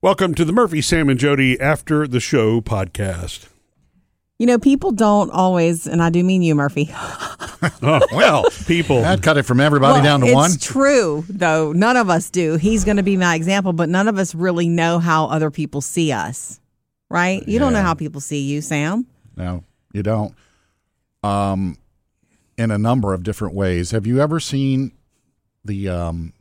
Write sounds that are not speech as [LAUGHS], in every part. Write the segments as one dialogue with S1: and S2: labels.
S1: Welcome to the Murphy, Sam, and Jody After the Show podcast.
S2: You know, people don't always, and I do mean you, Murphy.
S3: [LAUGHS]
S1: Oh, well, people.
S3: That cut it from everybody
S2: Well,
S3: down to
S2: it's
S3: one.
S2: true, though. None of us do. He's going to be my example, but none of us really know how other people see us, right? You don't know
S3: Yeah.
S2: how people see you, Sam.
S3: No, you don't. Um, in a number of different ways. Have you ever seen the um,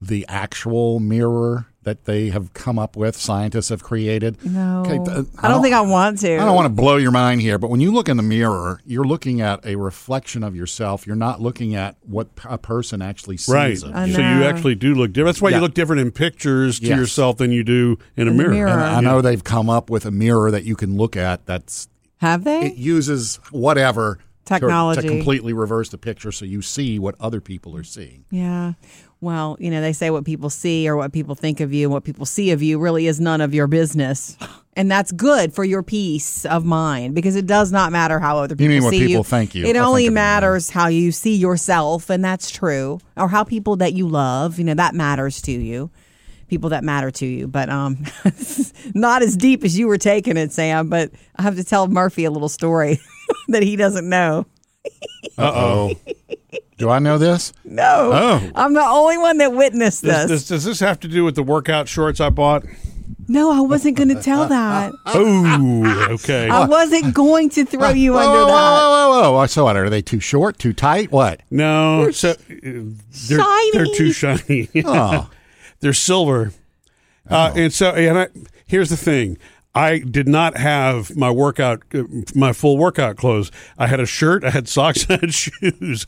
S3: the actual mirror that they have come up with? Scientists have created.
S2: No,
S3: Okay, th- uh,
S2: I, don't think I want to.
S3: I don't want to blow your mind here, but when you look in the mirror, you're looking at a reflection of yourself. You're not looking at what p- a person actually sees.
S1: Right.
S3: Of
S1: So
S3: you.
S2: I
S1: you
S2: know.
S1: actually do look different. That's why you
S3: Yeah.
S1: look different in pictures to
S3: Yes.
S1: yourself than you do in a mirror.
S2: mirror.
S3: And I know they've come up with a mirror that you can look at that's
S2: Have
S3: it
S2: they?
S3: uses whatever to-
S2: Technology.
S3: to, completely reverse the picture so you see what other people are seeing.
S2: Yeah. Well, you know, they say what people see or what people think of you and what people see of you really is none of your
S3: [SIGHS]
S2: business. And that's good for your peace of mind because it does not matter how other people
S3: mean what
S2: see
S3: people think you-
S2: It
S3: I
S2: only
S3: think of you, yeah.
S2: matters how you see yourself, and that's true, or how people that you love, you know, that matters to you. People that matter to you, but um, [LAUGHS] not as deep as you were taking it, Sam. But I have to tell Murphy a little story [LAUGHS] that he doesn't know.
S3: Uh oh. Do I know this?
S2: No,
S1: Oh.
S2: I'm the only one that witnessed this.
S1: Does, does, does this have to do with the workout shorts I bought?
S2: No, I wasn't going to
S3: [LAUGHS]
S2: tell that.
S1: Oh, okay.
S2: I wasn't going to throw you
S3: [LAUGHS] whoa,
S2: under
S3: whoa,
S2: that.
S3: Whoa, whoa, whoa, whoa. So what? Are they too short? Too tight? What?
S1: No, so, uh, they're,
S2: shiny.
S1: They're too shiny. [LAUGHS]
S3: Oh.
S1: they're silver. Uh, and so, and I, here's the thing. I did not have my workout, uh, my full workout clothes. I had a shirt, I had socks, [LAUGHS] I had shoes,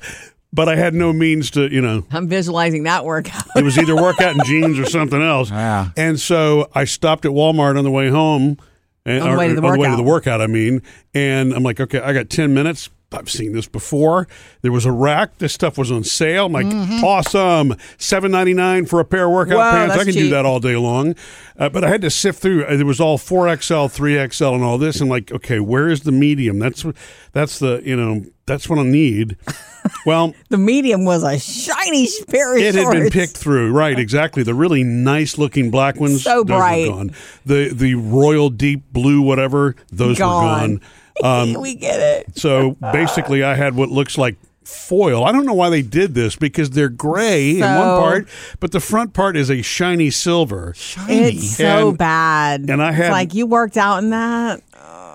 S1: but I had no means to, you know,
S2: I'm visualizing that workout. [LAUGHS]
S1: it was either workout in jeans or something else.
S3: Yeah.
S1: And so I stopped at Walmart on the way home, and,
S2: On the way to the
S1: on the way to
S2: workout.
S1: the workout. I mean, and I'm like, okay, I got ten minutes. I've seen this before. There was a rack. This stuff was on sale. I'm like, awesome, seven ninety nine for a pair of workout
S2: Wow,
S1: pants. I
S2: Mm-hmm. that's
S1: can do
S2: cheap.
S1: that all day long. Uh, but I had to sift through. Uh, It was all four XL, three XL, and all this. And like, okay, where is the medium? That's wh- that's the you know that's what I
S2: [LAUGHS]
S1: need. Well,
S2: The medium was a shiny pair of
S1: it had been
S2: shorts.
S1: picked through, right? Exactly. The really nice looking black ones,
S2: So
S1: those
S2: bright.
S1: were gone. The the royal deep blue, whatever, those were
S2: Gone.
S1: gone. Um,
S2: [LAUGHS] we get it.
S1: so basically, I had what looks like foil. I don't know why they did this because they're gray in one
S2: So-
S1: part, but the front part is a shiny silver.
S2: It's so
S1: And-
S2: bad.
S1: and I
S2: It's
S1: had-
S2: like you worked out in that.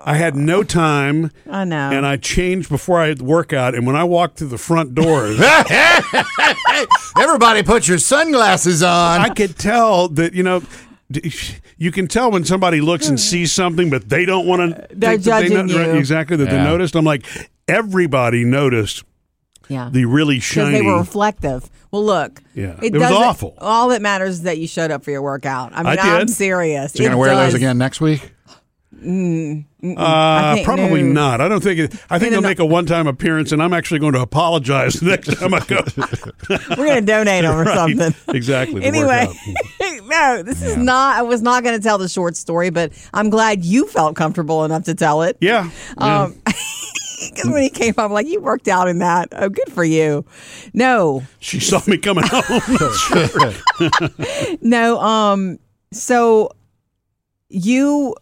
S1: I had no time.
S2: I know.
S1: And I changed before I had the workout. And when I walked through the front doors,
S3: Everybody put your sunglasses on.
S1: I could tell that you know. d- You can tell when somebody looks and sees something, but they don't want to.
S2: They're judging you.
S1: exactly that they
S3: Yeah.
S1: noticed. I'm like, everybody noticed
S2: yeah.
S1: the really
S2: Because
S1: shiny.
S2: they were reflective. Well, look.
S1: Yeah. It was
S2: doesn't-
S1: awful.
S2: All that matters is that you showed up for your workout. I mean,
S1: I
S2: am
S1: did.
S2: serious.
S3: You're
S2: It
S3: going to wear
S2: does-
S3: those again next week?
S2: I
S1: uh,
S2: think
S1: probably
S2: no.
S1: not. I don't think. It, I think
S2: No, no,
S1: they'll
S2: no.
S1: make a one-time appearance, and I'm actually going to apologize the next time I go.
S2: We're going
S1: [LAUGHS]
S2: to donate them or
S1: Right.
S2: something.
S1: Exactly. the
S2: anyway, [LAUGHS]
S1: workout.
S2: no, this is not. I was not going to tell the short story, but I'm glad you felt comfortable enough to tell it.
S1: Yeah. yeah.
S2: Um, [LAUGHS] because when he came up, I'm like you worked out in that. Oh, good for you. No,
S1: she saw me coming
S2: [LAUGHS]
S1: home.
S2: no. Um, so you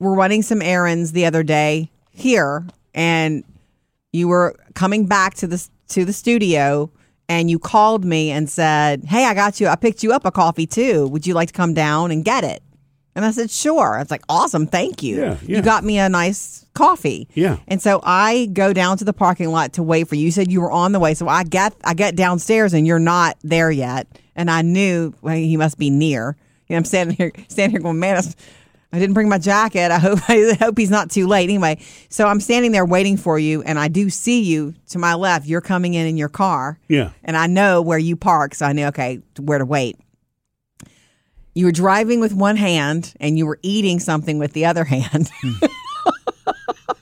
S2: were running some errands the other day here, and you were coming back to the to the studio. And you called me and said, "Hey, I got you. I picked you up a coffee too. Would you like to come down and get it?" And I said, "Sure." I was like, "Awesome, thank you.
S1: Yeah, yeah.
S2: You got me a nice coffee."
S1: Yeah.
S2: And so I go down to the parking lot to wait for you. You said you were on the way, so I get I get downstairs and you're not there yet. And I knew well, he must be near. And I'm standing here, standing here going, man, that's- I didn't bring my jacket. I hope [LAUGHS] I hope he's not too late. Anyway, so I'm standing there waiting for you, and I do see you to my left. You're coming in in your car.
S1: Yeah.
S2: And I know where you park, so I knew okay where to wait. You were driving with one hand, and you were eating something with the other hand. [LAUGHS]
S1: Hmm.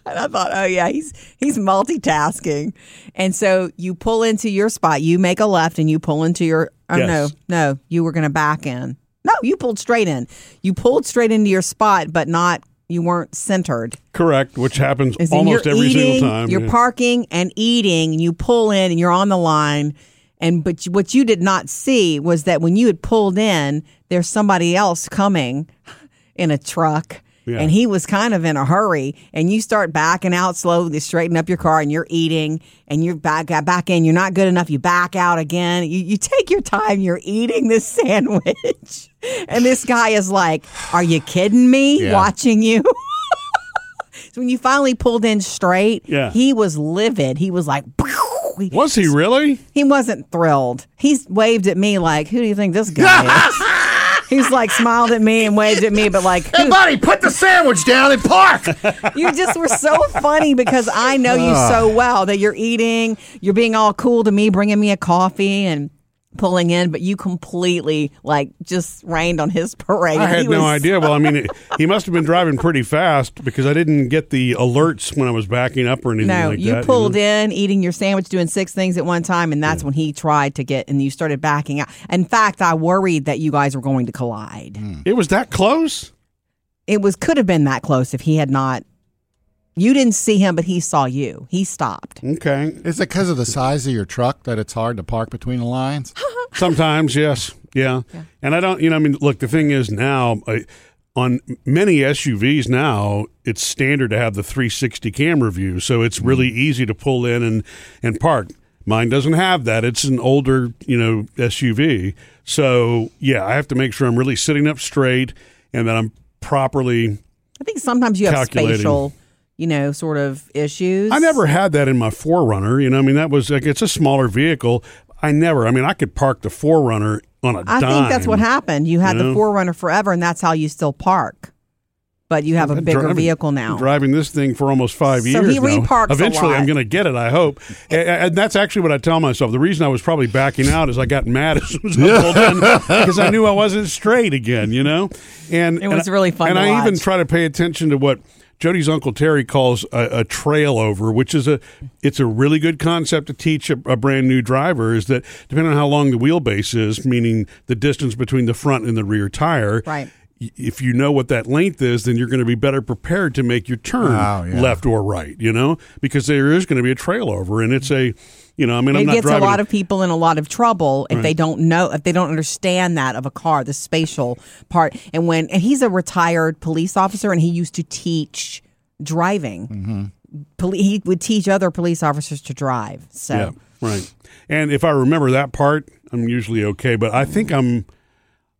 S2: And I thought, oh yeah, he's he's multitasking. And so you pull into your spot, you make a left, and you pull into your. Oh
S1: Yes.
S2: no, no, you were going to back in. No, you pulled straight in. You pulled straight into your spot, but not. You weren't centered.
S1: Correct, which happens
S2: As in
S1: almost
S2: you're
S1: every
S2: eating,
S1: single time.
S2: You're
S1: yeah.
S2: parking and eating, and you pull in, and you're on the line, And but you- what you did not see was that when you had pulled in, there's somebody else coming in a truck.
S1: Yeah.
S2: And he was kind of in a hurry, and you start backing out slowly, straighten up your car, and you're eating, and you're back uh, back in. You're not good enough. You back out again. You, you take your time. You're eating this [LAUGHS] sandwich, and this guy is like, "Are you kidding me?
S3: Yeah.
S2: Watching you." [LAUGHS] So when you finally pulled in straight,
S1: Yeah.
S2: he was livid. He was like, "Pew!"
S1: Was he really?
S2: he wasn't thrilled. He waved at me like, who do you think
S1: [LAUGHS]
S2: this guy is? He's like smiled at me and waved at me, but like,
S1: [LAUGHS]
S3: Hey,
S2: "Who-
S3: buddy, put the sandwich down and park.
S2: you just were so
S1: [LAUGHS]
S2: funny because I know you so
S1: Ah.
S2: well that you're eating, you're being all cool to me, bringing me a coffee and pulling in, but you completely like just rained on his parade.
S1: I had
S2: He
S1: no
S2: was-
S1: idea. Well, I mean,
S2: [LAUGHS]
S1: it- he must have been driving pretty fast because I didn't get the alerts when I was backing up or anything
S2: No,
S1: like
S2: you
S1: that.
S2: pulled in eating your sandwich, doing six things at one time, and that's when he tried to get, and you started backing out. In fact, I worried that you guys were going to collide.
S1: It was that close?
S2: It was could have been that close if he had not. You didn't see him, but he saw you. He stopped.
S1: Okay.
S3: [LAUGHS] Is it because of the size of your truck that it's hard to park between
S2: [GASPS]
S3: the lines?
S1: Sometimes, yes, yeah. And I don't, you know, I mean, look, the thing is now I, on many SUVs now, it's standard to have the 360 camera view, so
S2: Mm-hmm.
S1: it's really easy to pull in and and park. Mine doesn't have that. It's an older, you know, SUV. So yeah, I have to make sure I'm really sitting up straight and that I'm properly.
S2: I think sometimes you have
S1: Calculating.
S2: spatial, you know, sort of issues.
S1: I never had that in my Forerunner. You know, I mean, that was like it's a smaller vehicle. I never. I mean, I could park the Forerunner on a
S2: I
S1: dime.
S2: think that's what happened. You had
S1: know?
S2: the forerunner forever, and that's how you still park. But you have a
S1: I've
S2: bigger
S1: driven-
S2: vehicle now.
S1: Driving this thing for almost five
S2: So
S1: years.
S2: he
S1: now.
S2: reparks a
S1: Eventually,
S2: lot.
S1: I'm going to get it. I hope. And, and that's actually what I tell myself. The reason I was probably backing out is I got mad as soon as I pulled in because I knew I wasn't straight again. You know, and
S2: It
S1: and
S2: was
S1: I-
S2: really fun
S1: And
S2: to
S1: I even
S2: watch.
S1: try to pay attention to what. Jody's uncle Terry calls a, a trail over, which is a it's a really good concept to teach a, a brand new driver. Is that depending on how long the wheelbase is, meaning the distance between the front and the rear tire,
S2: Right.
S1: y- if you know what that length is, then you're going to be better prepared to make your turn
S3: Oh, yeah.
S1: left or right, you know, because there is going to be a trail over and it's a, you know, I mean, I'm
S2: it
S1: not
S2: gets a
S1: driving.
S2: lot of people in a lot of trouble if they don't know if they don't understand that of a car the spatial part and when and he's a retired police officer and he used to teach driving
S1: Mm-hmm.
S2: Poli- he would teach other police officers to drive so
S1: yeah, right. And if I remember that part, I'm usually okay, but I think I'm,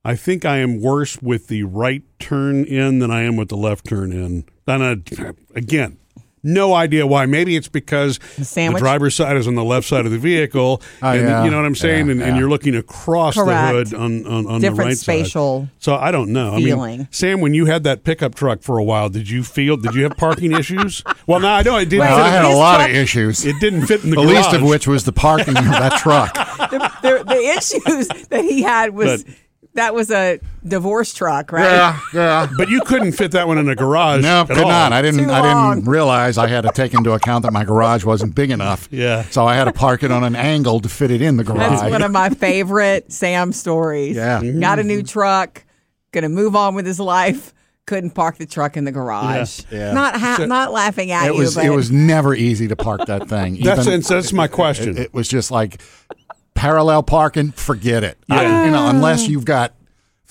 S1: I think I am worse with the right turn in than I am with the left turn in. And I, again, no idea why. Maybe it's because the
S2: sandwich?
S1: driver's side is on the left side of the vehicle,
S3: Oh,
S1: and
S3: yeah.
S1: you know what I'm saying.
S3: Yeah,
S1: and, and
S3: yeah.
S1: you're looking across
S2: Correct.
S1: the hood on on, on the
S2: Different
S1: right side.
S2: spatial
S1: So I don't know. I mean,
S2: feeling.
S1: Sam, when you had that pickup truck for a while, did you feel? Did you have parking [LAUGHS] issues? Well, no, I know it didn't.
S2: Well,
S1: fit
S3: I
S1: in-
S3: had a
S2: His
S3: lot
S2: truck-
S3: of issues.
S1: it didn't fit in the,
S3: the least of
S1: garage.
S3: which was the parking of that truck.
S2: the, the, the issues that he had was
S1: But-
S2: that was a divorce truck right
S3: [LAUGHS] yeah.
S1: But you couldn't fit that one in a garage.
S3: No,
S1: at
S3: could
S1: all.
S3: not. I didn't.
S2: Too
S3: I
S2: long.
S3: didn't realize I had to take into account that my garage wasn't
S2: [LAUGHS]
S3: big enough.
S1: Yeah.
S3: So I had to park it on an angle to fit it in the
S2: That's
S3: garage.
S2: one of my favorite Sam stories.
S3: Yeah. Mhm.
S2: Got a new truck, gonna move on with his life. Couldn't park the truck in the garage.
S3: Yeah.
S2: Not ha- not laughing at
S3: it
S2: you,
S3: was.
S2: but
S3: It was never easy to park
S2: [LAUGHS]
S3: that thing.
S1: That's
S3: Even-
S1: and so that's my question.
S3: it was just like parallel parking. Forget it. I-
S1: Yeah.
S3: you know, unless you've got.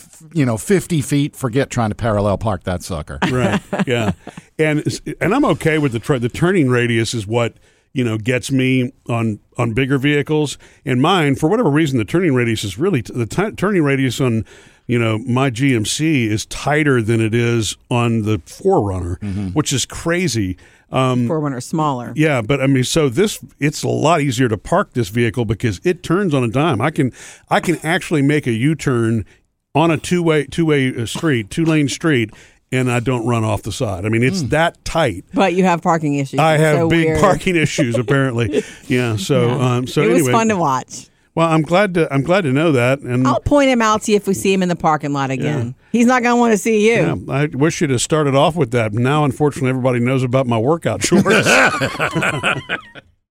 S3: f- You know, fifty feet. Forget trying to parallel park that sucker. [LAUGHS]
S1: right. Yeah. And it's- and I'm okay with the tra- the turning radius is what you know gets me on on bigger vehicles. And mine, for whatever reason, the turning radius is really t- the ti turning radius on you know my GMC is tighter than it is on the Forerunner,
S3: Mm-hmm.
S1: which is crazy.
S2: Forerunner smaller.
S1: Yeah, but I mean, so this it's a lot easier to park this vehicle because it turns on a dime. I can I can actually make a U turn on a two way two way uh, street, two lane street, and I don't run off the side. I mean, it's that tight.
S2: But you have parking issues.
S1: I
S2: It's
S1: have
S2: Hmm. so
S1: big
S2: weird.
S1: parking issues
S2: [LAUGHS]
S1: apparently. yeah, so um, so
S2: it was
S1: anyway,
S2: fun to Oh. watch.
S1: well, I'm glad to I'm glad to know that, and
S2: I'll point him out to you if we see him in the parking lot again. He's not gonna want to see you.
S1: yeah, I wish
S2: [LAUGHS]
S1: you'd have started off with that. Now, unfortunately, everybody knows about my workout shorts.